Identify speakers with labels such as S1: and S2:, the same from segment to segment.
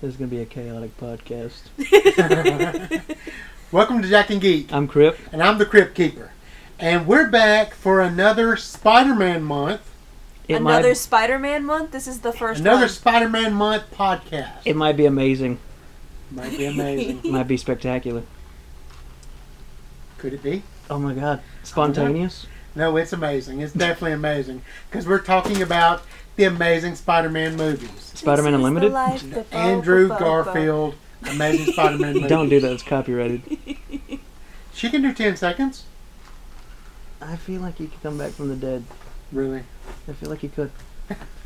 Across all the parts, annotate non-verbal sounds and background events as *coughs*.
S1: This is gonna be a chaotic podcast.
S2: *laughs* Welcome to Jack and Geek,
S1: I'm Crip.
S2: and I'm the Crypt Keeper, and we're back for another Spider-Man month,
S1: It
S3: Another
S1: might
S3: Spider-Man month. This is the first
S2: another
S3: one.
S2: Spider-Man month podcast.
S1: it might be amazing.
S2: might be amazing.
S1: It might be spectacular.
S2: Could it be?
S1: Oh my god. Spontaneous?
S2: No, it's amazing. It's definitely amazing because we're talking about the amazing Spider-Man movies.
S1: Spider-Man
S3: This is
S1: Unlimited?
S3: the life, the bo-
S2: Andrew
S3: bo- bo-
S2: Garfield, amazing Spider-Man movies.
S1: Don't do that, it's copyrighted.
S2: She can do ten seconds.
S1: *laughs* I feel like he could come back from the dead.
S2: Really?
S1: I feel like he could.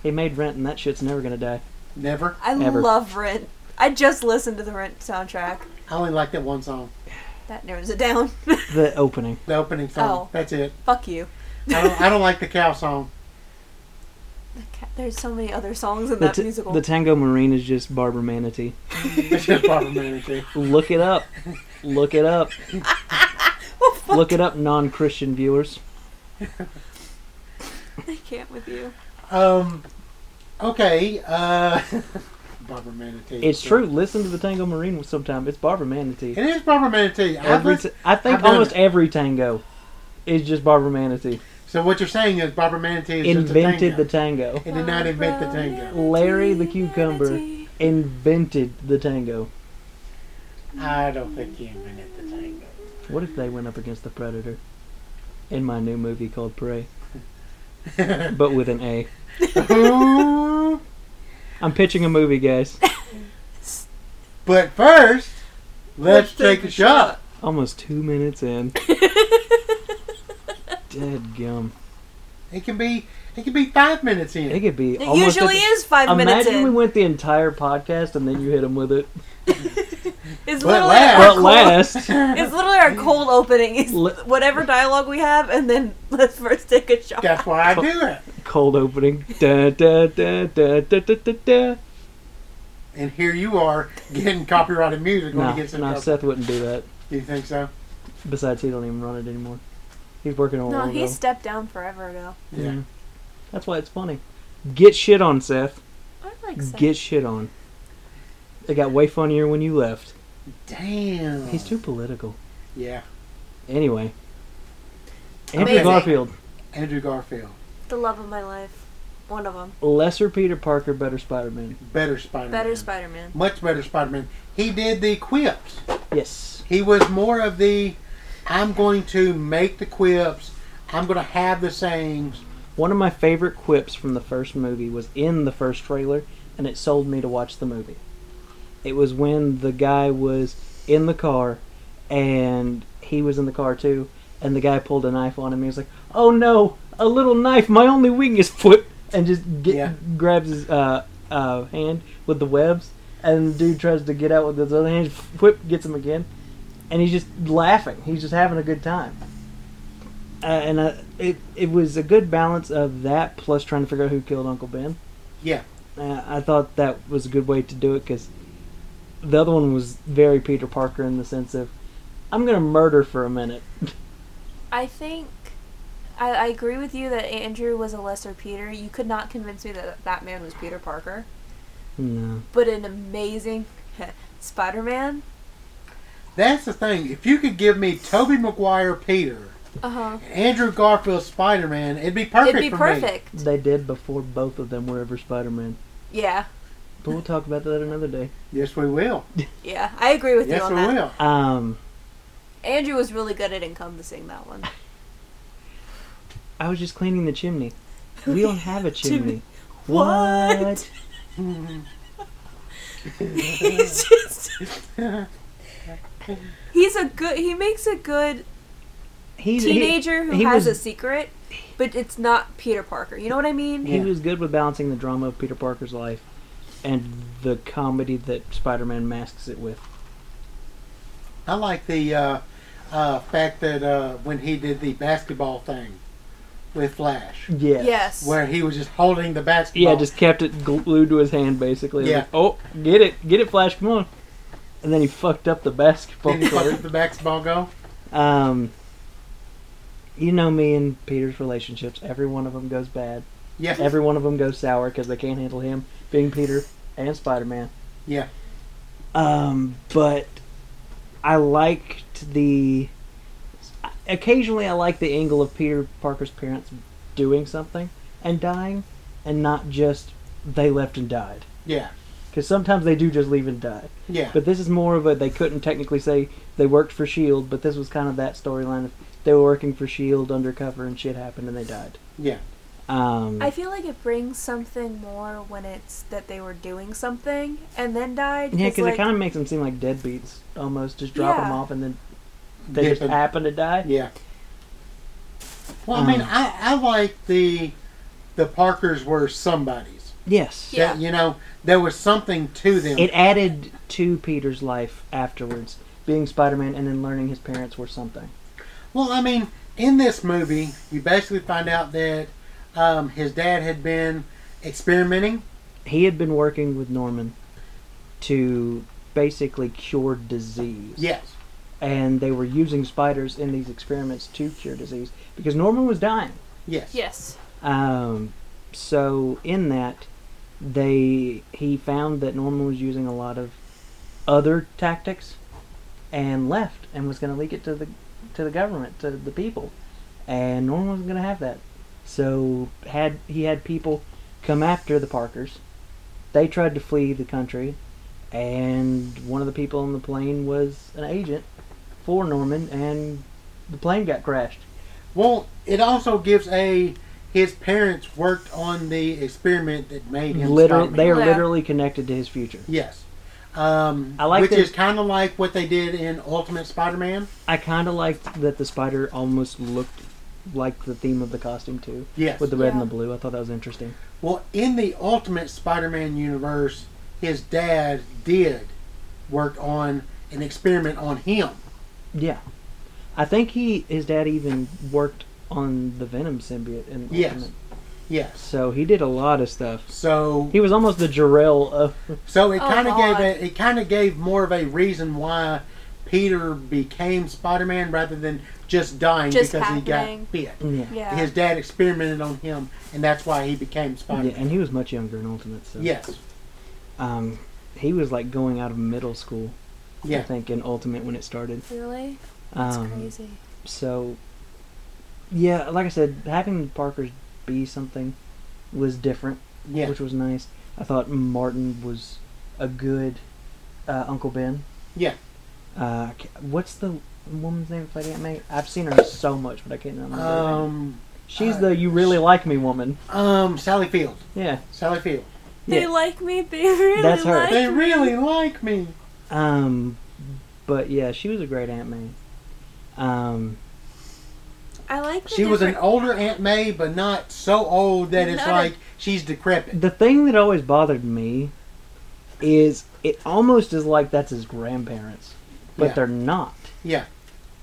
S1: He made rent and that shit's never gonna die.
S2: Never.
S3: I
S1: Ever.
S3: love Rent. I just listened to the Rent soundtrack.
S2: I only like that one song,
S3: That narrows it down. *laughs*
S1: The opening.
S2: the opening song.
S3: Oh.
S2: That's it.
S3: Fuck you.
S2: I don't, I don't like the cow song.
S3: The ca- There's so many other songs in
S1: The,
S3: that
S1: t-
S3: musical.
S1: the
S3: *laughs*
S1: Tango Marine is just Barbara Manatee.
S2: It's just Spider-Man. okay?
S1: Look it up. Look it
S3: *laughs*
S1: up. Look it up, non Christian viewers.
S3: I can't with you.
S2: Um. Okay. Uh. *laughs* Barbara Manatee.
S1: It's true. Listen to the Tango Marine sometime. It's Barbara Manatee.
S2: It is Barbara Manatee. I've
S1: Every
S2: lis-
S1: t- I think
S2: I've done
S1: almost
S2: it.
S1: every tango is just Barbara Manatee.
S2: so what you're saying is Barbara Manatee is
S1: invented
S2: just a
S1: the
S2: tango.
S1: tango.
S2: it did not invent the tango.
S1: Larry the Cucumber. *laughs* Invented the tango.
S2: I don't think he invented the tango.
S1: What if they went up against the Predator? In my new movie called Prey, but with an A.
S2: *laughs* Ooh,
S1: I'm pitching a movie, guys.
S2: but first, let's take a shot.
S1: Almost two minutes in. Dead gum.
S2: It can be. It can be five minutes in.
S1: It could be.
S3: It
S1: almost
S3: usually
S1: at
S3: is five
S1: the-
S3: minutes
S1: Imagine we
S3: in.
S1: went the entire podcast and then you hit them with it.
S3: It's
S2: But
S3: literally
S2: last-
S3: our
S1: But
S3: cold,
S1: last,
S3: *laughs* It's literally our cold opening. It's
S1: Le-
S3: whatever dialogue we have, and then *laughs* let's first take a
S2: *laughs*
S3: shot.
S2: That's why I do it.
S1: cold opening. Da, da, da, da, da, da, da, da.
S2: And here you are getting copyrighted music when
S1: No,
S2: you get some.
S1: no, Seth wouldn't do that.
S2: Do you think so?
S1: Besides, he don't even run it anymore. He's working on
S3: No,
S1: one
S3: he
S1: of them.
S3: stepped down forever ago.
S2: Yeah.
S1: Mhm. That's why it's funny. Get shit on, Seth.
S3: I like Seth.
S1: Get shit on. It got way funnier when you left.
S2: Damn.
S1: He's too political.
S2: Yeah.
S1: Anyway. Andrew
S3: Amazing.
S1: Garfield,
S2: Andrew Garfield,
S3: the love of my life. One of them.
S1: lesser Peter Parker, better Spider-Man.
S2: better Spider-Man.
S3: Better Spider-Man.
S2: much better Spider-Man. He did the quips.
S1: Yes,
S2: He was more of the, I'm going to make the quips. I'm going to have the sayings.
S1: one of my favorite quips from the first movie was in the first trailer, and it sold me to watch the movie. It was when the guy was in the car, and he was in the car too, and the guy pulled a knife on him. And he was like, "Oh no, a little knife! My only wing is foot!" And just get,
S2: Yeah.
S1: grabs his uh, uh, hand with the webs, and the dude tries to get out with his other hand. *laughs* Whip gets him again, and he's just laughing. He's just having a good time. Uh, and uh, it it was a good balance of that plus trying to figure out who killed Uncle Ben.
S2: Yeah.
S1: Uh, I thought that was a good way to do it because the other one was very Peter Parker in the sense of I'm gonna murder for a minute.
S3: I think I, I agree with you that Andrew was a lesser Peter. You could not convince me that that man was Peter Parker,
S1: No,
S3: but an amazing *laughs* Spider-Man.
S2: That's the thing. If you could give me Toby Maguire Peter,
S3: Uh huh.
S2: Andrew Garfield Spider-Man, it'd be perfect
S3: It'd be
S2: for me.
S3: perfect.
S1: they did before both of them were ever Spider-Man.
S3: Yeah,
S1: But we'll talk about that another day.
S2: Yes, we will.
S3: yeah. I agree with you
S2: Yes,
S3: on
S2: we
S3: that.
S2: will.
S1: Um,
S3: Andrew was really good at encompassing
S2: *laughs*
S3: that one.
S1: I was just cleaning the chimney. We don't have a chimney.
S3: What?
S1: What?
S3: He's just. He's a good. He makes a good
S1: He's he-
S3: teenager who
S1: he
S3: has
S1: was-
S3: a secret, but it's not Peter Parker. You know what I mean?
S1: He
S2: Yeah.
S1: was good with balancing the drama of Peter Parker's life and the comedy that Spider-Man masks it with.
S2: *laughs* I like the uh, uh, fact that uh, when he did the basketball thing with Flash,
S1: Yeah.
S3: Yes.
S2: where he was just holding the basketball.
S1: Yeah, just kept it glued to his hand basically.
S2: Oh. Yeah.
S1: Like, oh, get it, get it, Flash, come on. And then he fucked up the basketball
S2: Did he fuck
S1: court.
S2: up the basketball goal?
S1: Um, you know me and Peter's relationships. Every one of them goes bad.
S2: Yeah.
S1: Every one of them goes sour because they can't handle him being Peter and Spider-Man.
S2: Yeah.
S1: Um, but I liked the. Occasionally, I like the angle of Peter Parker's parents doing something and dying, and not just they left and died.
S2: Yeah.
S1: Because sometimes they do just leave and die.
S2: Yeah.
S1: But this is more of a they couldn't technically say they worked for Shield, E but this was kind of that storyline of they were working for Shield E undercover and shit happened and they died.
S2: yeah.
S1: Um,
S3: I feel like it brings something more when it's that they were doing something and then died.
S1: yeah, because
S3: like,
S1: it kind of makes them seem like deadbeats almost, just drop them
S3: Yeah.
S1: off and then they
S2: Dip
S1: just
S2: and-
S1: happen to die.
S2: Yeah. Well, I mean,
S1: Um,
S2: I, I like the the Parkers were somebody's.
S1: Yes,
S3: Yeah.
S2: That, you know, there was something to them.
S1: it added to Peter's life afterwards, being Spider-Man and then learning his parents were something.
S2: well, I mean, in this movie, you basically find out that um, his dad had been experimenting.
S1: He had been working with Norman to basically cure disease.
S2: Yes.
S1: and they were using spiders in these experiments to cure disease because Norman was dying.
S2: Yes.
S3: Yes.
S1: Um, so in that, they he found that Norman was using a lot of other tactics, and left and was going to leak it to the to the government to the people, and Norman wasn't going to have that. So had he had people come after the Parkers, they tried to flee the country, and one of the people on the plane was an agent for Norman, and the plane got crashed.
S2: Well, it also gives a his parents worked on the experiment that made him.
S1: Literally,
S2: Spider-Man.
S1: they are
S3: Yeah.
S1: literally connected to his future.
S2: Yes. Um,
S1: I like
S2: which
S1: that-
S2: is kind of like what they did in Ultimate Spider-Man.
S1: I kind of liked that the spider almost looked like the theme of the costume too,
S2: Yes.
S1: with the red and
S3: Yeah.
S1: the blue. I thought that was interesting.
S2: Well, in the Ultimate Spider-Man universe, his dad did work on an experiment on him.
S1: Yeah, I think he his dad even worked on the Venom symbiote in
S2: Yes.
S1: Ultimate.
S2: Yes.
S1: so he did a lot of stuff.
S2: So
S1: He was almost the Jarrell of *laughs*
S2: so it
S3: Oh,
S2: kind of gave
S3: God.
S2: a, it kind of gave more of a reason why Peter became Spider-Man rather than just dying
S3: Just
S2: because
S3: happening.
S2: he got bit.
S1: yeah.
S3: Yeah.
S2: His dad experimented on him, and that's why he became
S1: Yeah,
S2: Spider-Man.
S1: and he was much younger in Ultimate. So
S2: Yes.
S1: um, he was like going out of middle school. I
S2: Yeah.
S1: think in Ultimate when it started.
S3: really? That's
S1: Um,
S3: crazy.
S1: So, yeah, like I said, having Parker's be something was different,
S2: Yeah.
S1: which was nice. I thought Martin was a good uh, Uncle Ben.
S2: Yeah.
S1: Uh, I ca- what's the woman's name who played Aunt May? I've seen her so much, but I can't remember. her name.
S2: Um.
S1: She's
S2: uh,
S1: the "You really like me" woman.
S2: Um. Sally Field.
S1: Yeah,
S2: Sally Field.
S3: They
S1: yeah.
S3: like me. They really
S1: That's her.
S3: like
S2: They
S3: me.
S2: really like me.
S1: Um, but yeah, she was a great Aunt May. Um,
S3: I like. The
S2: She was an
S3: different-
S2: older Aunt May, but not so old that it's
S3: Not a-
S2: like she's decrepit.
S1: the thing that always bothered me is it almost is like that's his grandparents, but
S2: Yeah.
S1: they're not.
S2: Yeah,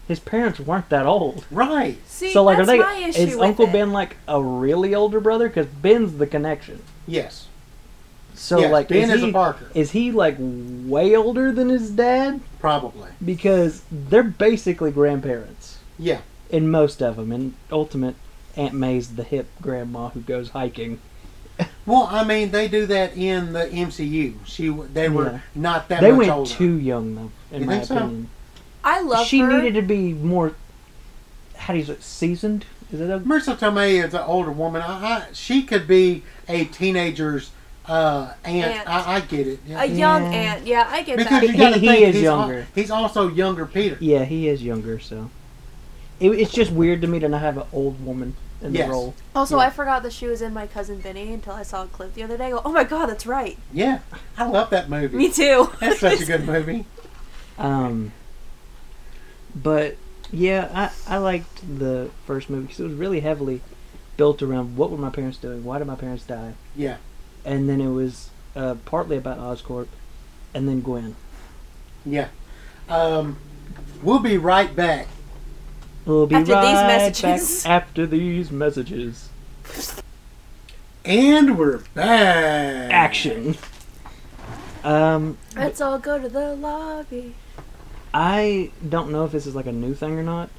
S1: His parents weren't that old.
S2: right.
S3: See,
S1: so like,
S3: that's
S1: are they?
S3: my issue
S1: is
S3: with
S1: Uncle
S3: it.
S1: Ben like a really older brother? Because Ben's the connection.
S2: Yes.
S1: So
S2: yes.
S1: like,
S2: Ben
S1: is
S2: is,
S1: he
S2: a Parker,
S1: is he like way older than his dad?
S2: probably.
S1: Because they're basically grandparents
S2: Yeah,
S1: in most of them. And ultimate, Aunt May's the hip grandma who goes hiking.
S2: Well, I mean, they do that in the MCU. She, w- they were
S1: Yeah.
S2: not that
S1: they
S2: much
S1: went
S2: older.
S1: too young though, in
S2: You
S1: my
S2: think so?
S1: opinion.
S3: I love
S1: she
S3: her.
S1: needed to be more. How do you say it? seasoned? Is it a
S2: Marissa Tomei is an older woman. I, I, she could be a teenager's uh, aunt.
S3: Aunt.
S2: I, I get it. Yeah.
S3: a young
S1: Yeah.
S3: aunt. Yeah, I get
S2: because
S3: that.
S2: you got to
S1: He- he
S2: think
S1: is
S2: he's, al-
S1: younger.
S2: he's also younger Peter.
S1: Yeah, he is younger, so it, it's just weird to me to not have an old woman in
S2: Yes.
S1: the role.
S3: Also,
S2: Yeah.
S3: I forgot that she was in my cousin Vinny until I saw a clip the other day. I go, oh my god, that's right.
S2: Yeah, I love that movie.
S3: Me
S1: *laughs*
S3: too.
S2: That's such a good movie.
S1: Um, but yeah, I I liked the first movie because it was really heavily built around what were my parents doing, why did my parents die,
S2: Yeah.
S1: and then it was uh, partly about Oscorp, and then Gwen.
S2: Yeah. Um, we'll be right back.
S1: We'll be
S3: After these
S1: right
S3: messages.
S1: back after these messages.
S2: And we're back.
S1: Action. Um,
S3: Let's all go to the lobby.
S1: I don't know if this is like a new thing or not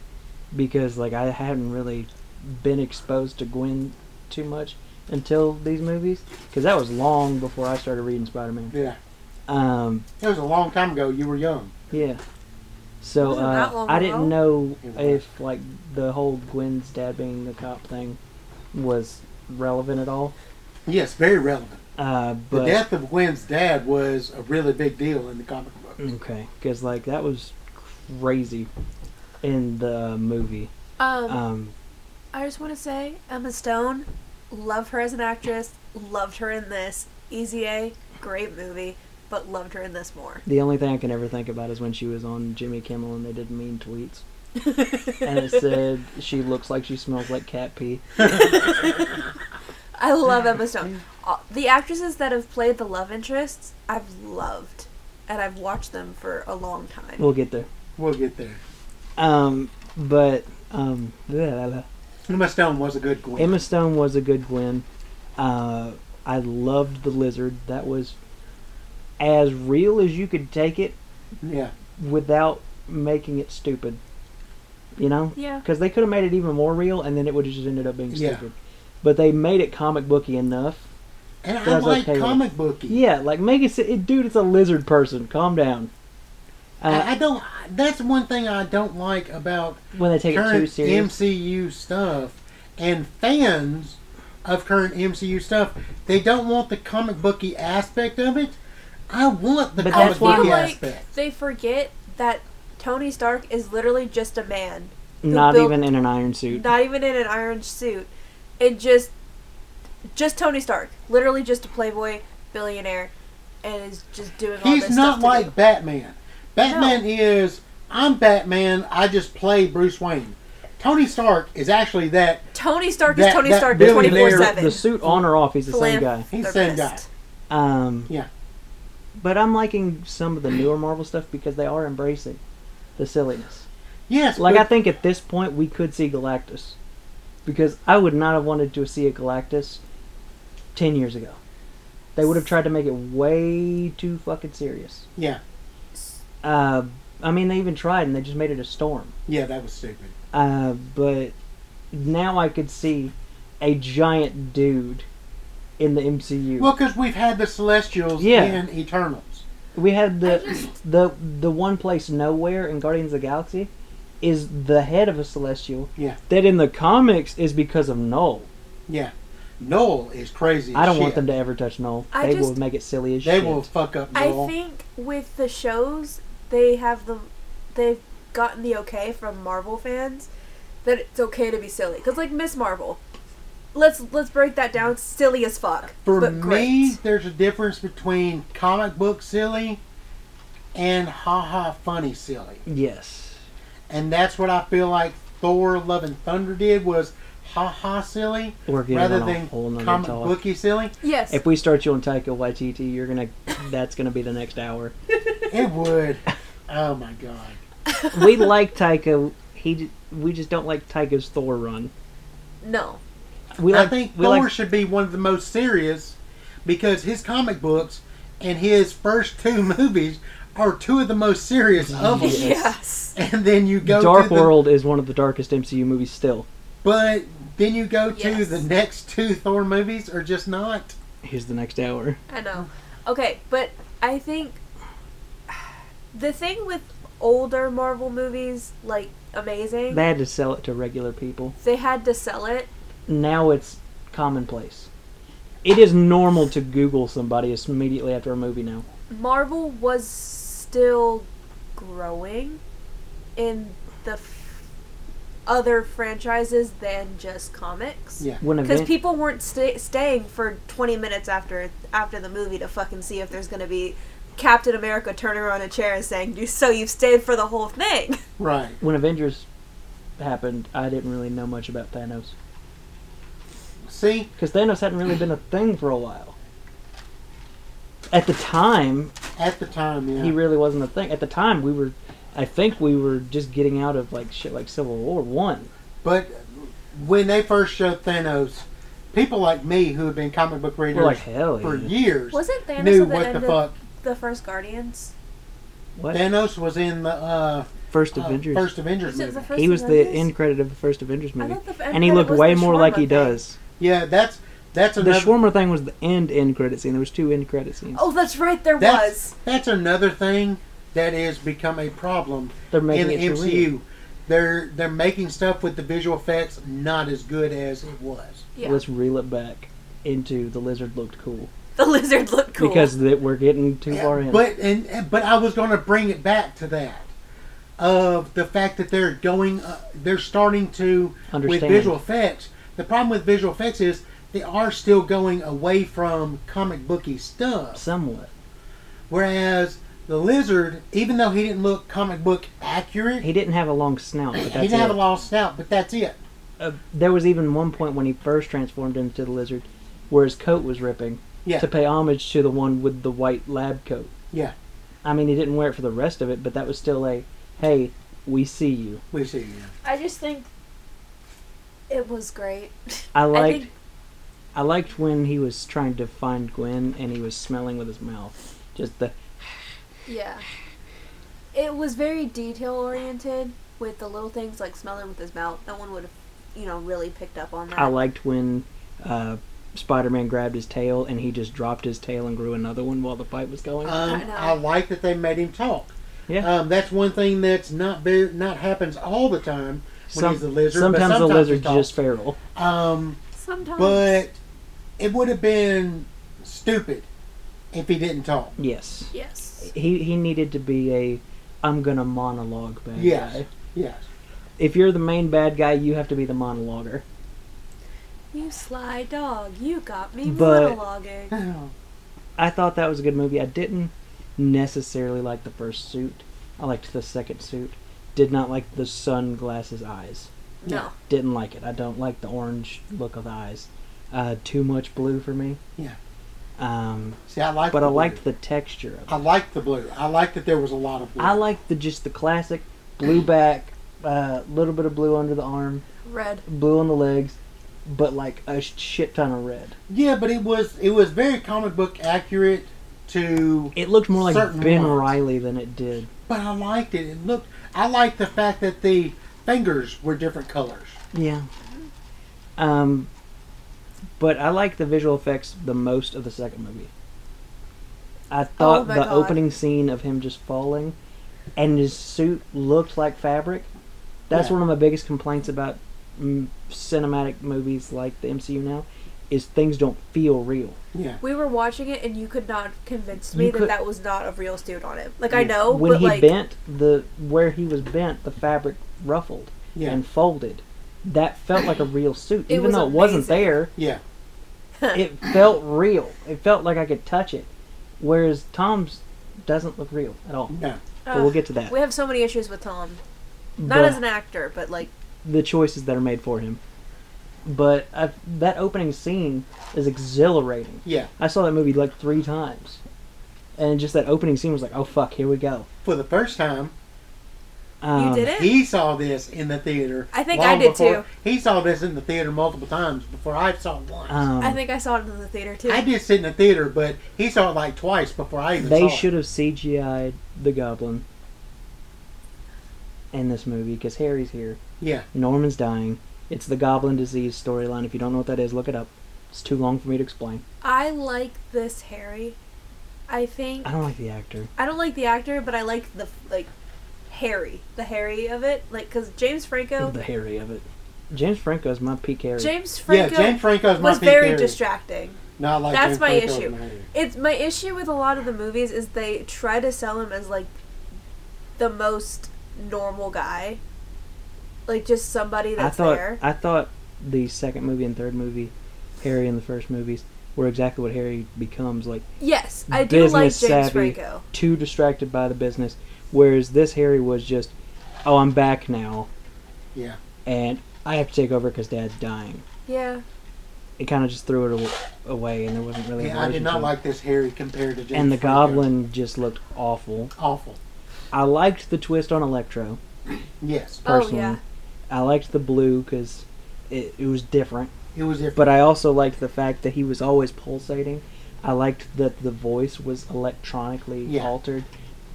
S1: because like I hadn't really been exposed to Gwen too much until these movies because that was long before I started reading Spider-Man.
S2: Yeah.
S1: Um,
S2: It was a long time ago. You were young.
S1: yeah. So
S3: Wasn't that
S1: uh,
S3: long
S1: I didn't know
S2: It was.
S1: if like the whole Gwen's dad being the cop thing was relevant at all.
S2: Yes, very relevant.
S1: Uh,
S2: The
S1: but
S2: death of Gwen's dad was a really big deal in the comic book.
S1: okay, because like that was crazy in the movie.
S3: Um,
S1: Um,
S3: I just want to say Emma Stone, love her as an actress, loved her in this. Easy A, great movie, but loved her in this more.
S1: the only thing I can ever think about is when she was on Jimmy Kimmel and they did mean tweets, and it said she looks like she smells like cat pee.
S3: I love Emma Stone. All- The actresses that have played the love interests, I've loved, and I've watched them for a long time.
S1: We'll get there.
S2: We'll get there.
S1: Um, but um, blah, blah, blah.
S2: Emma Stone was a good Gwen.
S1: Emma Stone was a good Gwen. Uh, I loved the lizard. That was as real as you could take it
S2: yeah,
S1: without making it stupid. You know,
S3: yeah.
S1: because they could have made it even more real, and then it would have just ended up being
S2: Yeah.
S1: stupid. But they made it comic booky enough.
S2: and
S1: But I
S2: I
S1: was
S2: like
S1: okay with it.
S2: comic booky.
S1: Yeah, like make it, it dude. It's a lizard person. Calm down. Uh,
S2: I, I don't. That's one thing I don't like about
S1: when they take it too
S2: current
S1: serious,
S2: MCU stuff and fans of current MCU stuff. They don't want the comic booky aspect of it. I want the
S1: But
S3: I
S2: comic
S1: that's why-
S3: feel
S2: booky
S3: like
S2: aspect.
S3: they forget that Tony Stark is literally just a man. who
S1: not
S3: built-
S1: even in an iron suit.
S3: not even in an iron suit and just just tony stark literally just a playboy billionaire and is just doing all
S2: He's
S3: this
S2: not
S3: stuff
S2: like
S3: to do.
S2: Batman. Batman is I'm Batman. I just play Bruce Wayne. Tony Stark is actually that.
S3: tony stark
S2: That-
S3: is tony
S2: that
S3: stark
S2: billionaire-
S3: 24-7
S1: the suit on or off, he's the same guy.
S2: He's the same guy.
S3: Philanthropist.
S1: Um,
S2: Yeah.
S1: But I'm liking some of the newer Marvel stuff because they are embracing the silliness.
S2: Yes,
S1: Like I
S2: but
S1: think at this point we could see Galactus, because I would not have wanted to see a Galactus ten years ago. They would have tried to make it way too fucking serious.
S2: yeah,
S1: Uh, I mean, they even tried and they just made it a storm.
S2: yeah, that was stupid.
S1: Uh, but now I could see a giant dude in the MCU.
S2: Well, because we've had the Celestials
S1: Yeah.
S2: and Eternals.
S1: We had the
S3: I just-
S1: the the one place nowhere in Guardians of the Galaxy is the head of a celestial.
S2: Yeah.
S1: That in the comics is because of Null.
S2: Yeah, Noel is crazy. as
S1: I don't want
S2: shit.
S1: them to ever touch Null.
S3: I
S1: they will
S3: just-
S1: make it silly as
S2: They
S1: shit.
S2: will fuck up
S3: i
S2: Noel.
S3: think with the shows they have the they've gotten the okay from marvel fans that it's okay to be silly because like miss marvel let's let's break that down silly as fuck
S2: For
S3: but
S2: me,
S3: great.
S2: there's a difference between comic book silly and haha funny silly.
S1: Yes.
S2: and that's what I feel like Thor: Love and Thunder did was ha ha silly
S1: We're getting on
S2: rather
S1: a
S2: than
S1: whole nother
S2: comic
S1: talk.
S2: booky silly.
S3: yes
S1: If we start you on Taika Waititi, you're gonna that's gonna be the next hour.
S2: It would. Oh my god.
S1: We like Taika. He j- we just don't like Taika's Thor run.
S3: no
S1: *laughs*
S2: *laughs*
S1: We like
S2: I think
S1: we
S2: Thor
S1: like
S2: should be one of the most serious because his comic books and his first two *laughs* movies are two of the most serious of them.
S3: yes
S2: And then you go to
S1: Dark
S2: the,
S1: World is one of the darkest MCU movies still.
S2: but then you go to
S3: Yes.
S2: the next two Thor movies are just not.
S1: Here's the next hour.
S3: I know. Okay, but I think the thing with older Marvel movies, like Amazing,
S1: They had to sell it to regular people.
S3: they had to sell it.
S1: now it's commonplace. It is normal to Google somebody as- immediately after a movie now.
S3: Marvel was still growing in the f- other franchises than just comics.
S2: Yeah.
S1: When
S3: Because
S1: event,
S3: people weren't sta staying for 20 minutes after after the movie to fucking see if there's going to be Captain America turning around in a chair and saying, "You so you've stayed for the whole thing." *laughs*
S2: Right.
S1: when Avengers happened, I didn't really know much about Thanos
S2: See,
S1: because Thanos hadn't really been a thing for a while. At the time,
S2: at the time, yeah.
S1: he really wasn't a thing. At the time, we were, I think we were just getting out of like shit like Civil War one.
S2: But when they first showed Thanos, people like me who have been comic book readers
S1: We're like hell.
S2: for
S1: yeah.
S2: years
S3: Wasn't Thanos
S2: knew
S3: at the
S2: what
S3: end
S2: the
S3: of
S2: fuck.
S3: the first Guardians?
S1: What
S2: Thanos was in the uh,
S1: first
S2: uh,
S1: Avengers?
S2: first Avengers
S3: Was it
S2: movie.
S3: the first
S1: he was the
S3: Avengers?
S1: end credit of the first Avengers
S3: I
S1: movie,
S3: thought the f-
S1: and he
S3: credit
S1: looked
S3: was
S1: way
S3: the
S1: more like
S3: shawarma
S1: he
S3: thing.
S1: does.
S2: yeah, that's That's
S1: The
S2: another.
S1: shawarma thing was the end end credit scene. There was two end credit scenes.
S3: Oh, that's right, there
S2: That's-
S3: was.
S2: that's another thing that has become a problem
S1: They're making
S2: in the
S1: it to
S2: MCU.
S1: real.
S2: They're they're making stuff with the visual effects not as good as it was.
S1: *laughs*
S3: Yeah.
S1: Let's reel it back into the lizard looked cool,
S3: The lizard looked cool.
S1: because that we're getting too far in.
S2: But and and- but I was going to bring it back to that of the fact that they're going uh, they're starting to
S1: Understand.
S2: with visual effects. The problem with visual effects is they are still going away from comic booky stuff.
S1: somewhat.
S2: Whereas the lizard, even though he didn't look comic book accurate,
S1: He
S2: he,
S1: didn't have a long snout, but that's
S2: didn't have
S1: it.
S2: a long snout, but that's it.
S1: Uh, there was even one point when he first transformed into the lizard, where his coat was ripping
S2: Yeah,
S1: to pay homage to the one with the white lab coat.
S2: yeah,
S1: I mean, he didn't wear it for the rest of it, but that was still a, hey, we see you.
S2: we see. Yeah.
S3: I just think it was great. *laughs*
S1: I liked. I,
S3: think-
S1: liked when he was trying to find Gwen and he was smelling with his mouth. Just the
S3: Yeah. It was very detail oriented with the little things like smelling with his mouth. No one would have, you know, really picked up on that.
S1: I liked when uh, Spider-Man grabbed his tail and he just dropped his tail and grew another one while the fight was going.
S2: Um,
S3: I know.
S2: I, like that they made him talk.
S1: yeah.
S2: Um, that's one thing that's not very, not happens all the time when
S1: Some-
S2: he's a lizard. but
S1: sometimes the
S2: sometimes he
S1: lizard's
S2: talks.
S1: just feral.
S2: Um,
S3: Sometimes.
S2: but it would have been stupid if he didn't talk.
S1: Yes.
S3: yes.
S1: He he needed to be a I'm gonna monologue bad
S2: Yes.
S1: guy.
S2: Yes.
S1: If you're the main bad guy, you have to be the monologuer.
S3: You sly dog, you got me
S1: But-
S3: monologuing.
S2: I
S1: I thought that was a good movie. I didn't necessarily like the first suit. I liked the second suit. Did not like the sunglasses eyes.
S3: No.
S1: Didn't like it. I don't like the orange look of the eyes. Uh, too much blue for me.
S2: Yeah.
S1: Um,
S2: See, I like.
S1: but
S2: the
S1: I
S2: blue.
S1: liked the texture of it.
S2: I liked the blue. I liked that there was a lot of blue.
S1: I liked the just the classic blue back, a little bit of blue under the arm,
S3: Red.
S1: blue on the legs, but like a shit ton of red.
S2: yeah, but it was it was very comic book accurate to.
S1: It looked more like
S2: Certain
S1: Ben
S2: ones.
S1: Riley than it did.
S2: But I liked it. It looked. I liked the fact that the fingers were different colors.
S1: Yeah. Um, but I like the visual effects the most of the second movie. I thought
S3: Oh my
S1: the
S3: God.
S1: opening scene of him just falling, and his suit looked like fabric. That's
S2: Yeah.
S1: one of my biggest complaints about mm, cinematic movies like the MCU now, is things don't feel real.
S2: Yeah.
S3: We were watching it and you could not convince me
S1: You
S3: that
S1: could-
S3: that was not a real suit on him. Like, I know,
S1: when
S3: Oh, but
S1: he
S3: like.
S1: bent the where he was bent, the fabric ruffled
S2: Yeah.
S1: and folded. That felt like a real suit,
S3: It
S1: even
S3: was
S1: though it wasn't
S3: amazing.
S1: there.
S2: yeah.
S3: *laughs*
S1: it felt real. It felt like I could touch it. Whereas Tom's doesn't look real at all.
S2: No.
S1: But we'll
S3: Ugh.
S1: get to that.
S3: We have so many issues with Tom. Not
S1: But
S3: as an actor, but like.
S1: the choices that are made for him. But I, that opening scene is exhilarating.
S2: Yeah.
S1: I saw that movie like three times, and just that opening scene was like, "Oh fuck, here we go."
S2: For the first time,
S1: Um,
S3: you did it?
S2: he saw this in the theater.
S3: Eh. I think I did too.
S2: He saw this in the theater multiple times before I saw it once.
S1: Um,
S3: I think I saw it in the theater too.
S2: I did sit in the theater, but he saw it like twice before I even saw
S1: they
S2: it.
S1: should have CGI'd the Goblin in this movie because Harry's here.
S2: Yeah,
S1: Norman's dying. It's the Goblin disease storyline. If you don't know what that is, look it up. It's too long for me to explain.
S3: I like this Harry. I think
S1: I don't like the actor.
S3: I don't like the actor, but I like the like Harry, the Harry of it. Like because James Franco,
S1: The Harry of it. James Franco is my peak Harry.
S3: James Franco
S2: yeah. James Franco's my
S3: was
S2: peak
S3: very
S2: theater.
S3: distracting.
S2: Not like
S3: That's
S2: James
S3: my
S2: Franco's
S3: issue.
S2: my area.
S3: It's my issue with a lot of the movies is they try to sell him as like the most normal guy, like just somebody
S1: I
S3: that's
S1: thought
S3: there.
S1: I thought the second movie and third movie, Harry and the first movies were exactly what Harry becomes. Like
S3: yes, I do like James
S1: business savvy.
S3: Franco.
S1: too distracted by the business, whereas this Harry was just, oh, I'm back now,
S2: Yeah,
S1: and I have to take over because Dad's dying.
S3: Yeah,
S1: It kind of just threw it aw- away, and there wasn't really.
S2: yeah
S1: a
S2: I did not
S1: relationship.
S2: like this Harry compared to James.
S1: And the
S2: Franco.
S1: Goblin just looked awful.
S2: awful.
S1: I liked the twist on Electro
S2: Yes,
S3: Oh,
S1: personally.
S3: yeah.
S1: I liked the blue because it, it was different,
S2: it was different.
S1: but I also liked the fact that he was always pulsating. I liked that the voice was electronically
S2: Yeah.
S1: altered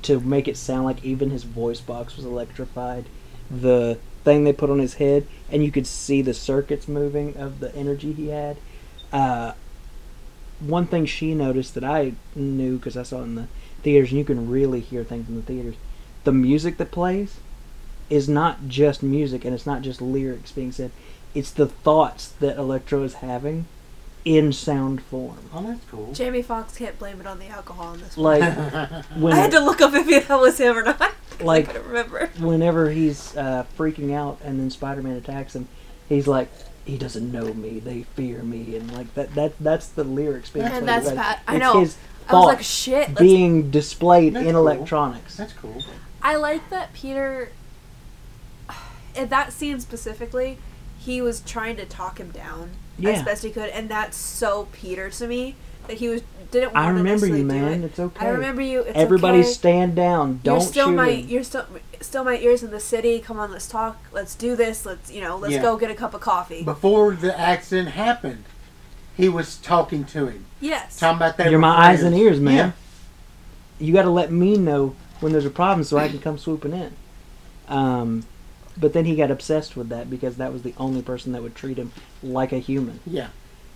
S1: to make it sound like even his voice box was electrified. The thing they put on his head, and you could see the circuits moving of the energy he had. Uh, one thing she noticed that I knew because I saw it in the theaters, and you can really hear things in the theaters. The music that plays is not just music, and it's not just lyrics being said. It's the thoughts that Electro is having in sound form.
S2: Oh, that's cool.
S3: Jamie Foxx can't blame it on the alcohol in this one.
S2: *laughs*
S1: Like when
S3: I had to look up if that was him or not. *laughs* 'cause
S1: Like-
S3: I couldn't remember.
S1: whenever he's uh, freaking out and then Spider-Man attacks him, he's like, "He doesn't know me. They fear me." And like that, that that's the lyrics being.
S2: And
S1: played.
S3: that's
S1: Like,
S3: Pat- I
S1: it's
S3: know.
S1: His
S3: I was like,
S1: thoughts
S3: shit. Let's
S1: being displayed
S2: That's
S1: in
S2: cool.
S1: electronics.
S2: that's cool.
S3: I like that Peter. *sighs* In that scene specifically, he was trying to talk him down as
S1: Yeah.
S3: best he could, and that's so Peter to me that he was didn't. Want
S1: I remember
S3: to
S1: you,
S3: necessarily do
S1: man.
S3: it.
S1: It's okay.
S3: I remember you. It's
S1: Everybody
S3: okay.
S1: stand down. Don't
S3: you're still
S1: shoot
S3: my.
S1: him.
S3: You're still still my ears in the city. Come on, let's talk. Let's do this. Let's you know. Let's
S2: Yeah.
S3: go get a cup of coffee.
S2: Before the accident happened, he was talking to him,
S3: yes.
S2: talking about that.
S1: You're my eyes and ears, man. You got to let me know when there's a problem so I can come swooping in. Um, but then he got obsessed with that because that was the only person that would treat him like a human.
S2: Yeah,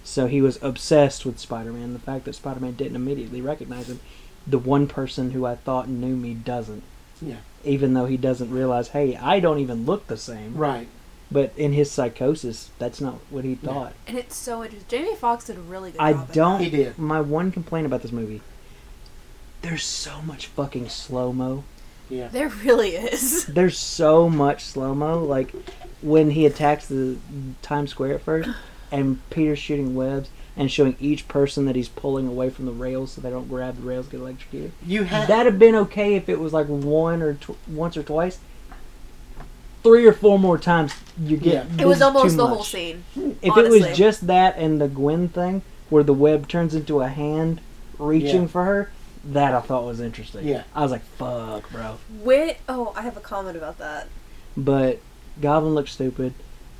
S1: So he was obsessed with Spider Man. The fact that Spider Man didn't immediately recognize him, the one person who I thought knew me doesn't.
S2: yeah,
S1: Even though he doesn't realize, hey, I don't even look the same.
S2: right.
S1: But in his psychosis, that's not what he thought.
S3: and it's so interesting. Jamie Foxx did a really good
S1: I
S3: job. at
S1: don't.
S2: He did.
S1: My one complaint about this movie there's so much fucking slow mo.
S2: Yeah,
S3: that. There
S1: *laughs*
S3: really is.
S1: There's so much slow mo. Like when he attacks the Times Square at first, and Peter's shooting webs and showing each person that he's pulling away from the rails so they don't grab the rails and get
S2: *laughs*
S1: electrocuted.
S2: you had
S1: That'd have been okay if it was like one or tw- once or twice. Three or four more times, you
S2: Yeah.
S1: get.
S3: It was
S1: this is
S3: almost
S1: too
S3: the
S1: much.
S3: whole scene.
S1: If it
S3: Honestly.
S1: was just that and the Gwen thing, where the web turns into a hand reaching
S2: Yeah.
S1: for her, that I thought was interesting.
S2: Yeah.
S1: I was like, fuck, bro.
S3: Wit. Oh, I have a comment about that.
S1: But Goblin looked stupid.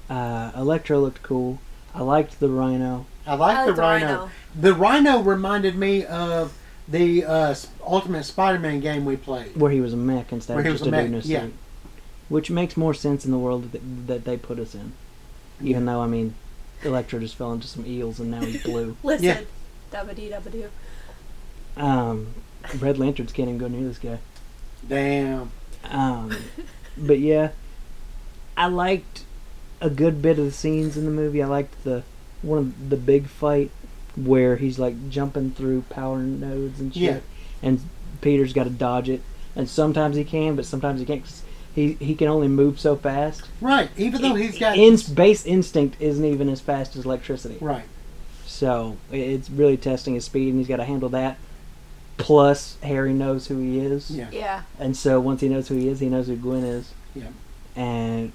S1: Uh, Electro looked cool. I liked the Rhino.
S2: I like
S3: I
S2: the,
S3: like the
S2: rhino.
S3: Oh, Rhino.
S2: The rhino reminded me of the uh, S- Ultimate Spider-Man game we played.
S1: Where he was a mech instead
S2: Where
S1: of
S2: he
S1: just
S2: was
S1: a
S2: a
S1: dude in a
S2: mech,
S1: suit.
S2: yeah.
S1: Which makes more sense in the world that, that they put us in. Even though, I mean, Electro just fell into some eels and now he's blue.
S3: Listen.
S2: Yeah.
S3: Dabba dee dabba doo.
S1: um, Red Lanterns can't even go near this guy.
S2: Damn.
S1: Um, but yeah, I liked a good bit of the scenes in the movie. I liked the one of the big fight where he's like jumping through power nodes and shit,
S2: Yeah.
S1: and Peter's got to dodge it. And sometimes he can, but sometimes he can't. 'cause he he can only move so fast.
S2: Right. Even though he's got
S1: In base instinct isn't even as fast as electricity.
S2: right.
S1: So i- it's really testing his speed, and he's got to handle that. Plus, Harry knows who he is.
S2: Yeah.
S3: Yeah.
S1: And so once he knows who he is, he knows who Gwen is.
S2: Yeah.
S1: And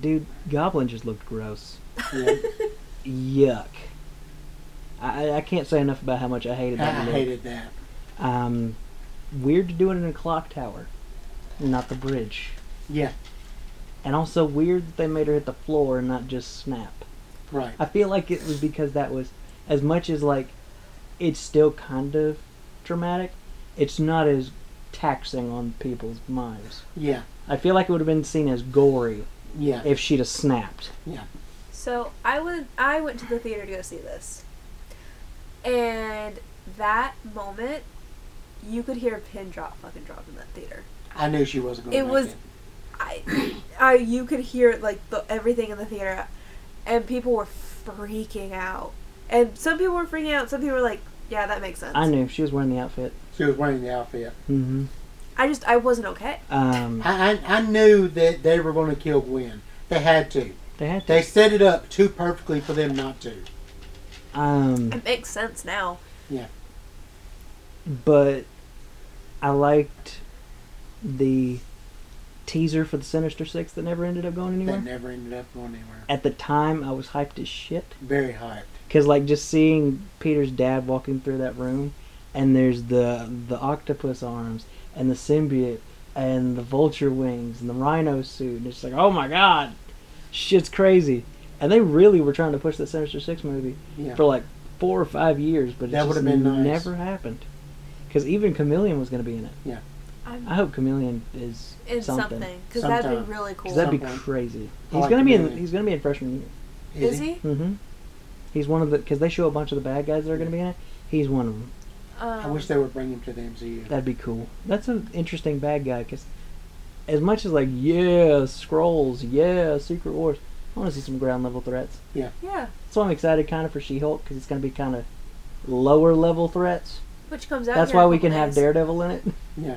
S1: dude, Goblin just looked gross.
S2: yeah.
S1: Yuck. I, I- I can't say enough about how much I hated
S2: Ah, I
S1: that. look.
S2: hated that.
S1: Um, weird to do it in a clock tower, not the bridge.
S2: Yeah.
S1: And also weird that they made her hit the floor and not just snap.
S2: Right.
S1: I feel like it was because that was as much as like it's still kind of dramatic. It's not as taxing on people's minds.
S2: Yeah.
S1: I feel like it would have been seen as gory
S2: Yeah.
S1: if she'd have snapped.
S3: So I went. I went to the theater to go see this, and that moment, you could hear a pin drop, fucking drop in that theater.
S2: I knew she wasn't going to
S3: It
S2: make
S3: was-
S2: it.
S3: I, I, you could hear like the, everything in the theater, and people were freaking out. And some people were freaking out. Some people were like, "Yeah, that makes sense."
S1: I knew she was wearing the outfit.
S2: She was wearing the outfit.
S1: Mm-hmm.
S3: I just, I wasn't okay.
S1: Um,
S2: I, I, I knew that they were going to kill Gwen. They had to.
S1: they had
S2: They set it up too perfectly for them not to.
S1: Um,
S3: It makes sense now.
S1: but I liked the teaser for the Sinister Six that never ended up going
S2: They
S3: Mm-hmm.
S1: anywhere.
S2: never ended up going anywhere.
S1: At the time, I was hyped as shit.
S2: Very hyped.
S1: Cause like just seeing Peter's dad walking through that room, and there's the the octopus arms and the symbiote and the vulture wings and the rhino suit, and it's like, oh my god, shit's crazy. And they really were trying to push the Sinister Six movie
S2: Yeah.
S1: for like four or five years, but it
S2: That
S1: just
S2: would've been nice.
S1: never happened. Because even Chameleon was going to be in it.
S3: I'm
S1: I hope Chameleon is
S3: in
S1: Uh, something.
S3: something because that'd be
S2: Sometime.
S3: really
S1: 'Cause
S3: cool.
S1: that'd be
S2: Sometime.
S1: crazy.
S2: I
S1: He's
S2: like
S1: going to be in.
S2: Chameleon.
S1: He's going to be in freshman year.
S3: Is he?
S1: Mm-hmm. He's one of the because they show a bunch of the bad guys that are going to be in it. He's one of them.
S3: Um,
S2: I wish they would bring him to the MCU.
S1: That'd be cool. That's an interesting bad guy because as much as like yeah, scrolls, yeah, Secret Wars, I want to see some ground level threats.
S3: Yeah,
S1: So I'm excited kind of for She-Hulk because it's going to be kind of lower level threats.
S3: which comes out.
S1: That's
S3: here in
S1: why
S3: a
S1: we
S3: couple
S1: can have
S3: days.
S1: Daredevil in it.
S2: Yeah,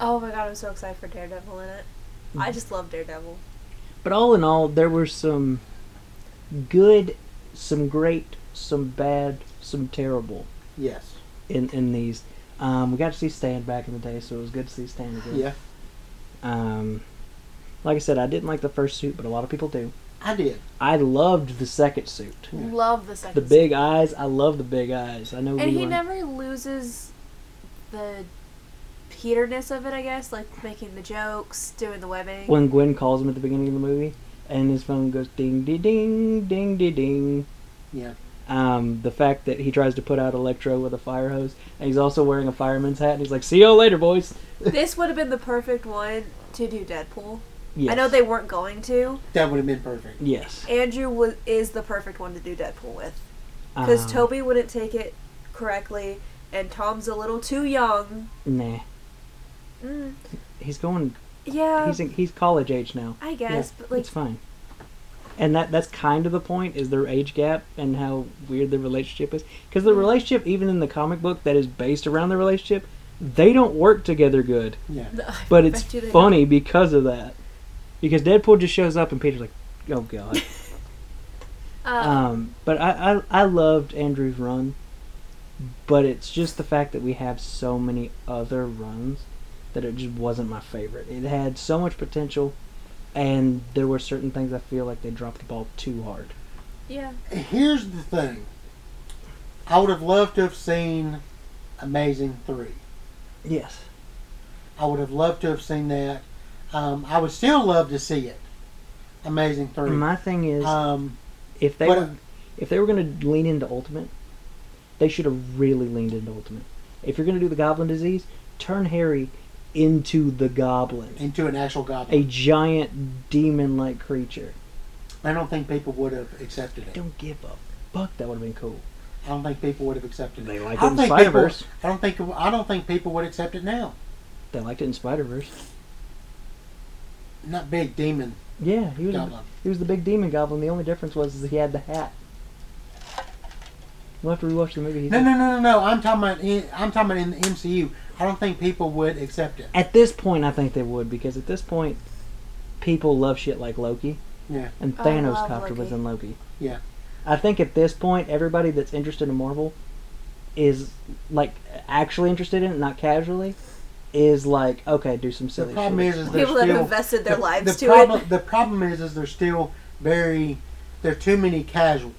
S3: Oh my god, I'm so excited for Daredevil in it.
S1: Mm-hmm.
S3: I just love Daredevil.
S1: But all in all, there were some good, some great, some bad, some terrible
S2: yes,
S1: in in these. Um, we got to see Stan back in the day, so it was good to see Stan again.
S2: yeah.
S1: Um, like I said, I didn't like the first suit, but a lot of people do.
S2: I did.
S1: I loved the second suit.
S2: Yeah.
S3: Love the second.
S1: The big eyes, I love the big eyes. I know.
S3: and
S1: we
S3: he
S1: were-
S3: never loses the peterness of it, I guess, like making the jokes, doing the webbing. *laughs*
S1: when Gwen calls him at the beginning of the movie, and his phone goes ding, ding, ding, ding, ding, ding.
S2: Yeah,
S1: Um, the fact that he tries to put out Electro with a fire hose, and he's also wearing a fireman's hat, and he's like, "See you later, boys."
S3: this would have been the perfect one to do Deadpool.
S1: Yes.
S3: I know they weren't going to.
S2: that would have been perfect.
S1: Yes.
S3: Andrew was, is the perfect one to do Deadpool with because
S1: Um,
S3: Toby wouldn't take it correctly, and Tom's a little too young.
S1: Nah,
S3: Mm,
S1: he's going.
S3: yeah,
S1: He's in, he's college age now.
S3: I guess, but Uh, like
S1: it's fine. And that that's kind of the point is their age gap and how weird their relationship is. Because the relationship, even in the comic book that is based around the relationship, they don't work together good.
S2: Yeah,
S3: I
S1: But
S3: *laughs*
S1: it's
S3: bet you they
S1: funny because of that. Because Deadpool just shows up and Peter's like, oh god.
S3: don't. Uh,
S1: um, but I, I I loved Andrew's run, but it's just the fact that we have so many other runs that it just wasn't my favorite. It had so much potential, and there were certain things I feel like they dropped the ball too hard.
S3: yeah,
S2: Here's the thing. I would have loved to have seen Amazing Three.
S1: Yes.
S2: I would have loved to have seen that. Um, I would still love to see it. Amazing Three.
S1: My thing is,
S2: um,
S1: if they
S2: but-
S1: were, if they were going to lean into Ultimate, they should have really leaned into Ultimate. If you're going to do the Goblin disease, turn Harry into the Goblin,
S2: into an actual
S1: a
S2: goblin.
S1: giant demon-like creature.
S2: I don't think people would have accepted it.
S1: Don't give up. Fuck, that would have been cool.
S2: I don't think people would have accepted
S1: They
S2: it.
S1: like
S2: I
S1: it in
S2: think
S1: Spider
S2: people-
S1: Verse.
S2: I don't think I don't think people would accept it now.
S1: They liked it in Spider Verse.
S2: Not big demon
S1: Yeah, he was
S2: goblin.
S1: he was the big demon goblin. The only difference was is he had the hat. We'll have to rewatch the movie. He's
S2: No,
S1: like-
S2: no, no, no, no. I'm talking about in, I'm talking about in the MCU. I don't think people would accept it.
S1: At this point, I think they would because at this point, people love shit like Loki.
S2: Yeah.
S1: And
S3: Oh, I
S1: Thanos
S3: love
S1: copter was
S3: Loki.
S1: in Loki.
S2: Yeah.
S1: I think at this point, everybody that's interested in Marvel is like actually interested in it, not casually. Is like okay, do some silly.
S2: problem
S1: shit.
S2: is- is
S3: people that
S2: still-
S3: have invested their
S2: the,
S3: lives
S2: the
S3: to
S2: problem,
S3: it.
S2: The problem is, is there's still very there are too many casuals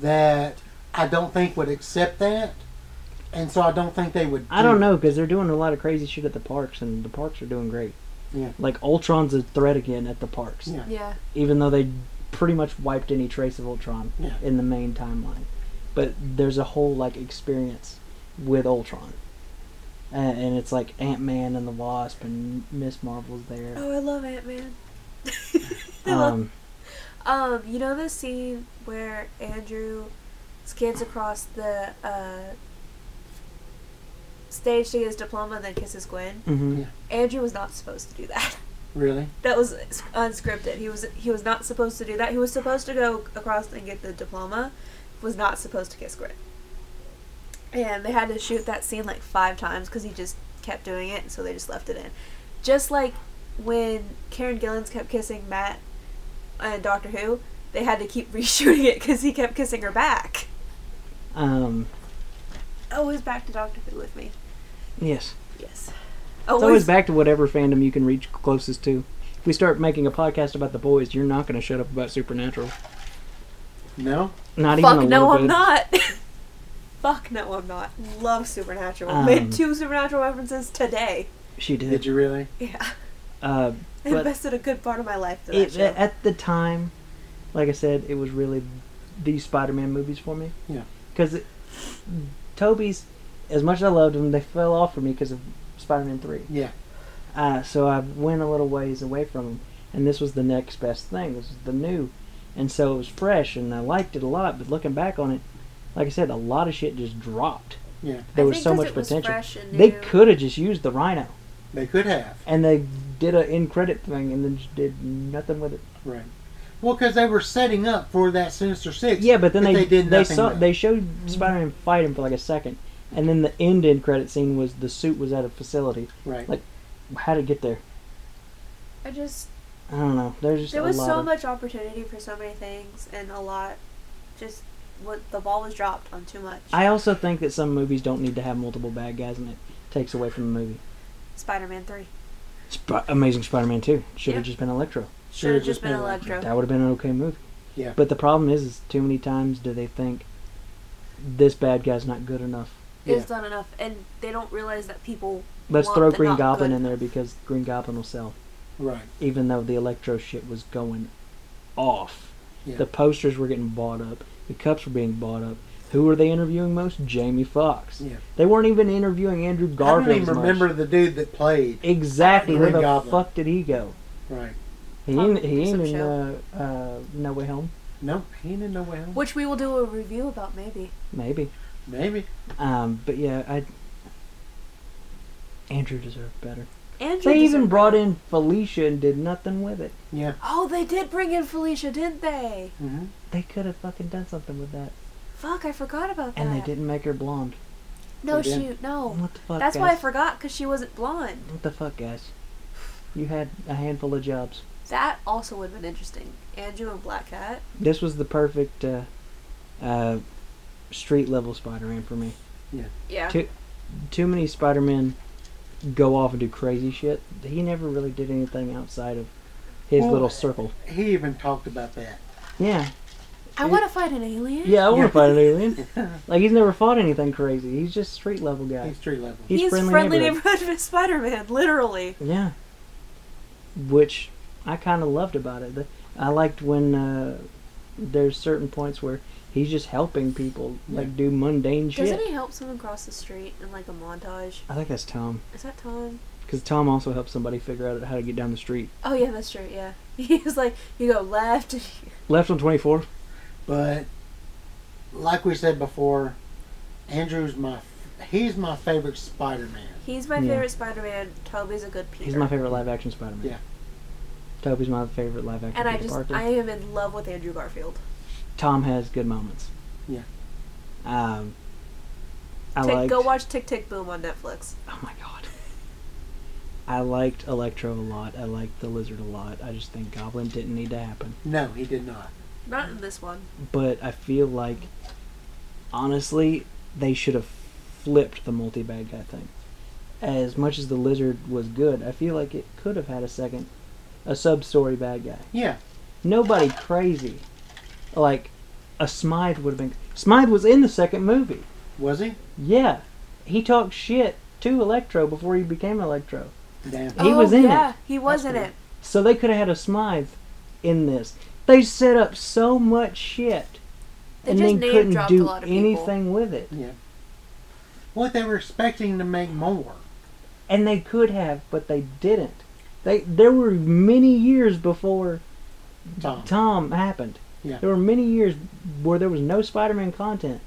S2: that I don't think would accept that, and so I don't think they would.
S1: I don't know because they're doing a lot of crazy shit at the parks, and the parks are doing great.
S2: Yeah.
S1: Like Ultron's a threat again at the parks,
S2: Yeah.
S3: Yeah,
S1: even though they pretty much wiped any trace of Ultron
S2: Yeah.
S1: in the main timeline. But there's a whole like experience with Ultron, and, and it's like Ant Man and the Wasp and Miss Marvel's there.
S3: Oh, I love Ant *laughs* Man. I love. Um,
S1: Um,
S3: you know the scene where Andrew scans across the uh, stage to get his diploma and then kisses Gwen.
S1: mhm.
S2: Mm-hmm. Yeah.
S3: Andrew was not supposed to do that.
S2: Really?
S3: That was unscripted. He was he was not supposed to do that. He was supposed to go across and get the diploma. Was not supposed to kiss Gwen. And they had to shoot that scene like five times because he just kept doing it, and so they just left it in. Just like when Karen Gillans kept kissing Matt and Doctor Who, they had to keep *laughs* reshooting it because he kept kissing her back.
S1: Um,
S3: Always Oh, back to Doctor Who with me.
S1: yes.
S3: Yes. Oh,
S1: It's always back to whatever fandom you can reach closest to. If we start making a podcast about the boys, you're not going to shut up about Supernatural.
S2: No.
S1: Not even
S3: Fuck
S1: a
S3: no,
S1: little
S3: I'm
S1: bit.
S3: not. *laughs* Fuck no, I'm not. Love Supernatural.
S1: Um,
S3: Made two Supernatural references today. *laughs*
S1: She did.
S2: Did you really?
S3: Yeah,
S1: Uh,
S3: I
S1: But-
S3: invested a good part of my life to that
S1: it,
S3: show.
S1: at the time, like I said, it was really the Spider-Man movies for me.
S2: Yeah.
S1: Because Toby's, as much as I loved them, they fell off for me because of Spider-Man Three.
S2: Yeah.
S1: Uh, so I went a little ways away from them, and this was the next best thing. This was the new, and so it was fresh, and I liked it a lot. But looking back on it, like I said, a lot of shit just dropped.
S2: Yeah,
S1: There
S3: I
S1: was
S3: think
S1: so
S3: 'cause
S1: much
S3: it was
S1: potential.
S3: fresh and
S1: They
S3: new.
S1: could have just used the Rhino,
S2: they could have.
S1: and they did a in credit thing, and then just did nothing with it.
S2: Right. Well, because they were setting up for that Sinister Six.
S1: Yeah, but then
S2: that
S1: they
S2: did
S1: they
S2: nothing
S1: saw
S2: with.
S1: they showed Spider-Man fight him for like a second, and then the end end credit scene was the suit was at a facility.
S2: right.
S1: like- How did it get there?
S3: I just
S1: I don't know. There's just
S3: there
S1: a
S3: was
S1: lot
S3: so
S1: of,
S3: much opportunity for so many things, and a lot just what the ball was dropped on too much.
S1: I also think that some movies don't need to have multiple bad guys, and it takes away from the movie.
S3: Spider-Man Three
S1: Sp- Amazing Spider-Man Two should have
S3: Yeah.
S1: just been Electro.
S3: should have just been
S2: Electro.
S3: Electro.
S1: That would have been an okay movie.
S2: Yeah.
S1: But the problem is, is too many times do they think this bad guy's not good enough?
S2: Yeah.
S3: It's done enough, and they don't realize that people.
S1: Let's
S3: want
S1: throw
S3: the
S1: Green
S3: not
S1: Goblin
S3: good.
S1: in there because Green Goblin will sell.
S2: Right.
S1: Even though the Electro shit was going off,
S2: Yeah.
S1: the posters were getting bought up, the cups were being bought up. Who were they interviewing most? Jamie Foxx.
S2: yeah.
S1: They weren't even interviewing Andrew
S2: I
S1: Garfield.
S2: don't even
S1: as much.
S2: remember the dude that played.
S1: Exactly. Where
S2: Green
S1: the
S2: Goblin.
S1: fuck did he go?
S2: Right.
S1: He
S3: Probably
S1: ain't, he ain't
S3: some
S1: in uh,
S3: show.
S1: uh, No Way Home.
S2: No, he didn't know well.
S3: Which we will do a review about maybe.
S1: Maybe.
S2: Maybe.
S1: Um, but yeah, I. Andrew deserved better.
S3: Andrew
S1: They even
S3: deserved
S1: brought
S3: it.
S1: in Felicia and did nothing with it.
S2: Yeah.
S3: Oh, they did bring in Felicia, didn't they?
S2: hmm
S1: They could have fucking done something with that.
S3: Fuck, I forgot about that.
S1: And they didn't make her blonde.
S3: No,
S2: They didn't.
S3: shoot, no.
S1: What the fuck,
S3: Oh, That's
S1: guys?
S3: why I forgot, because she wasn't blonde.
S1: What the fuck, guys? You had a handful of jobs.
S3: That also would have been interesting. Andrew and Black Cat.
S1: This was the perfect uh, uh, street level Spider Man for me.
S3: Yeah.
S1: Two- too many Spider-Men go off and do crazy shit. He never really did anything outside of his
S2: Well-
S1: little circle.
S2: He even talked about that. *laughs*
S1: Yeah,
S3: I want to fight an alien.
S1: yeah. I want
S2: Yeah.
S1: to fight an alien.
S3: *laughs*
S1: Like he's never fought anything crazy. He's just street level guy.
S2: He's street level.
S1: He's
S3: He's,
S1: friendly
S3: friendly,
S1: neighborhood.
S3: neighborhood, with Spider-Man, literally.
S1: Yeah, which I kind of loved about it. The- I liked when uh, there's certain points where he's just helping people, like do mundane shit.
S3: Doesn't he help someone cross the street in like a montage?
S1: I think that's Tom,
S3: Is that Tom?
S1: because Tom also helps somebody figure out how to get down the street.
S3: Oh yeah, that's true. Yeah, *laughs* he's like you go left. and you-
S1: Left on 24.
S2: But like we said before, Andrew's my he's my favorite Spider-Man.
S3: He's my
S1: Yeah.
S3: favorite Spider-Man. Toby's a good Peter.
S1: He's my favorite live action Spider Man.
S2: Yeah.
S1: Toby's my favorite live action
S3: And I
S1: Peter
S3: just
S1: Parker.
S3: I am in love with Andrew Garfield.
S1: Tom has good moments.
S2: Yeah.
S1: Um I
S3: Tick,
S1: liked
S3: Go watch Tick Tick Boom on Netflix.
S1: Oh my god. I liked Electro a lot. I liked the lizard a lot. I just think Goblin didn't need to happen.
S2: No, he did not.
S3: Not in this one.
S1: But I feel like honestly, they should have flipped the multi bad guy thing. As much as the lizard was good, I feel like it could have had a second a sub story bad guy.
S2: Yeah.
S1: nobody crazy. Like a Smythe would have been. Smythe was in the second movie.
S2: Was he?
S1: Yeah, he talked shit to Electro before he became Electro,
S2: Damn.
S1: He was in it.
S3: Oh, yeah, He was
S2: That's
S3: in
S2: weird.
S3: it.
S1: so they could have had a Smythe in this. They set up so much shit
S3: They
S1: and
S3: just
S1: then
S3: name
S1: couldn't
S3: dropped a
S1: do
S3: lot of people. *laughs*
S1: anything with it.
S2: Yeah. What they were expecting to make more.
S1: And they could have, but they didn't. They there were many years before
S2: Tom.
S1: Tom happened.
S2: Yeah.
S1: There were many years where there was no Spider-Man content.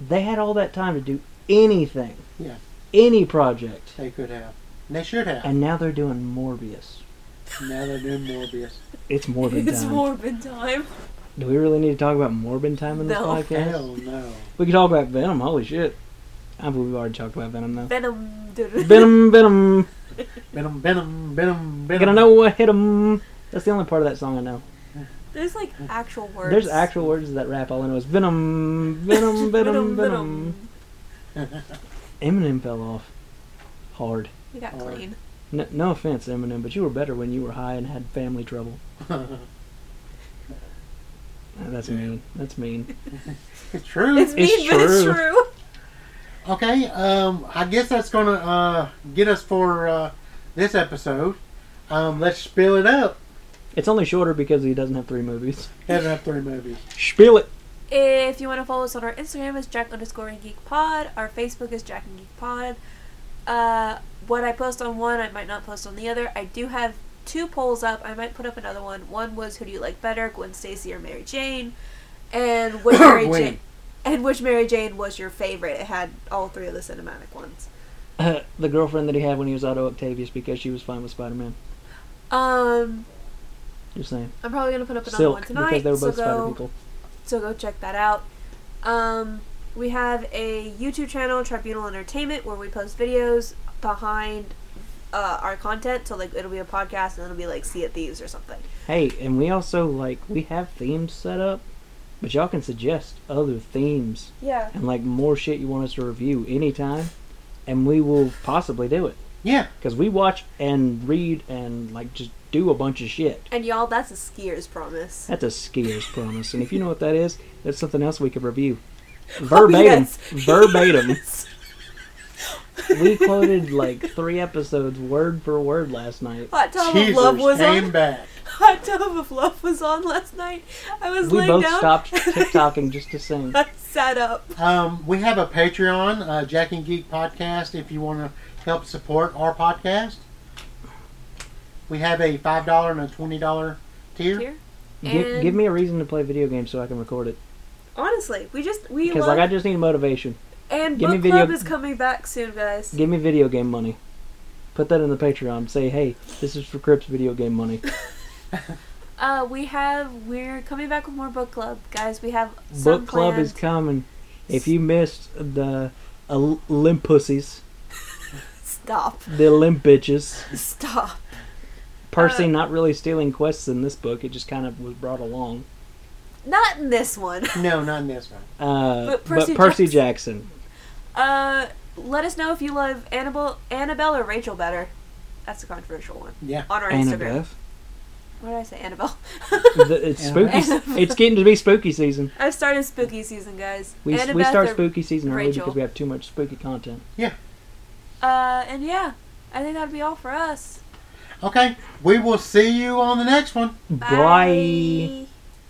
S1: They had all that time to do anything.
S2: Yeah.
S1: Any project.
S2: They could have. And they should have.
S1: And now they're doing Morbius.
S2: now they're doing Morbius.
S1: It's Morbin
S3: It's
S1: time.
S3: Morbid time.
S1: do we really need to talk about Morbin time in this
S3: No.
S1: podcast?
S2: Hell no.
S1: We could talk about Venom. Holy shit. I believe we've already talked about Venom though.
S3: Venom.
S1: Venom, Venom.
S2: Venom, Venom, Venom, Venom.
S1: Gonna know what hit 'em. That's the only part of that song I know.
S3: *laughs* There's like actual words.
S1: There's actual words to that rap. All I know is Venom,
S3: *laughs*
S1: Venom, Venom, Venom. Eminem fell off hard.
S3: We got
S2: Or-
S3: clean.
S1: No, no offense, Eminem, but you were better when you were high and had family trouble. Uh, That's mean. That's mean.
S2: *laughs* it's true.
S3: It's,
S1: It's
S3: mean, but it's
S1: true.
S3: true.
S2: Okay, um, I guess that's gonna uh, get us for uh, this episode. Um, let's spill it up.
S1: It's only shorter because he doesn't have three movies.
S2: Head up three movies.
S1: Spiel it.
S3: If you want to follow us on our Instagram, it's Jack underscore and Geek Pod. Our Facebook is Jack and Geek Pod. Uh, what I post on one, I might not post on the other. I do have two polls up. I might put up another one. One was who do you like better, Gwen Stacy or Mary Jane,
S1: *coughs*
S3: and which Mary
S2: Gwen.
S3: Jane, and which Mary Jane was your favorite. It had all three of the cinematic ones.
S1: *laughs* the girlfriend that he had when he was Otto Octavius because she was fine with Spider Man.
S3: Um,
S1: Just saying.
S3: I'm probably gonna put up another
S1: Silk
S3: one tonight.
S1: because they were both
S3: so
S1: Spider
S3: go,
S1: people.
S3: So go check that out. Um, we have a YouTube channel, Tribunal Entertainment, where we post videos behind uh, our content. So like it'll be a podcast and it'll be like Sea of Thieves or something.
S1: Hey, and we also like we have themes set up, but y'all can suggest other themes
S3: Yeah.
S1: and like more shit you want us to review anytime, and we will possibly do it
S2: Yeah,
S1: because we watch and read and like just do a bunch of shit.
S3: And y'all, that's a skier's promise.
S1: That's a skier's promise, and if you know what that is, that's something else we could
S3: *laughs*
S1: review. Verbatim,
S3: yes. *laughs*
S1: verbatim. We quoted like three episodes word for word last night.
S3: Hot Tub
S2: Jesus
S3: of Love was
S2: came
S3: on.
S2: back.
S3: *laughs* Hot Tub of Love was on last night. I was
S1: We
S3: laying
S1: both
S3: down. *laughs*
S1: stopped TikToking just to sing.
S3: I sat up.
S2: Um, we have a Patreon, uh, Jack and Geek Podcast, if you want to help support our podcast. We have a $5 and a $20 tier.
S3: Here.
S1: Give,
S3: And-
S1: give me a reason to play video games so I can record it.
S3: Honestly, we just we
S1: Because
S3: love
S1: like I just need motivation.
S3: and
S1: give
S3: book
S1: me video-
S3: club is coming back soon, guys.
S1: Give me video game money. Put that in the Patreon. Say, hey, this is for Crips video game money.
S3: Uh, we have we're coming back with more book club, guys. We have *laughs* some
S1: Book club
S3: planned.
S1: is coming. If you missed the Ol- Olymp pussies,
S3: Stop, *laughs*
S1: the Olymp bitches,
S3: stop.
S1: Percy
S3: Uh,
S1: not really stealing quests in this book. It just kind of was brought along.
S3: Not in this one. *laughs*
S2: No, not in this one.
S1: Uh, but
S3: But
S1: Percy,
S3: Percy
S1: Jackson.
S3: Uh, let us know if you love Annabelle, Annabelle or Rachel better. That's a controversial one
S2: Yeah.
S3: on our
S1: Anna
S3: Instagram.
S1: Beth.
S3: What did I say, Annabelle?
S1: *laughs* The- it's spooky.
S3: Annabeth.
S1: it's getting to be spooky season.
S3: I started spooky season, guys.
S1: We,
S3: Annabeth
S1: we start
S3: or-
S1: spooky season early
S3: Rachel.
S1: because we have too much spooky content.
S3: Uh, and yeah, I think that'd be all for us.
S2: Okay, we will see you on the next one.
S1: Bye.
S3: Bye.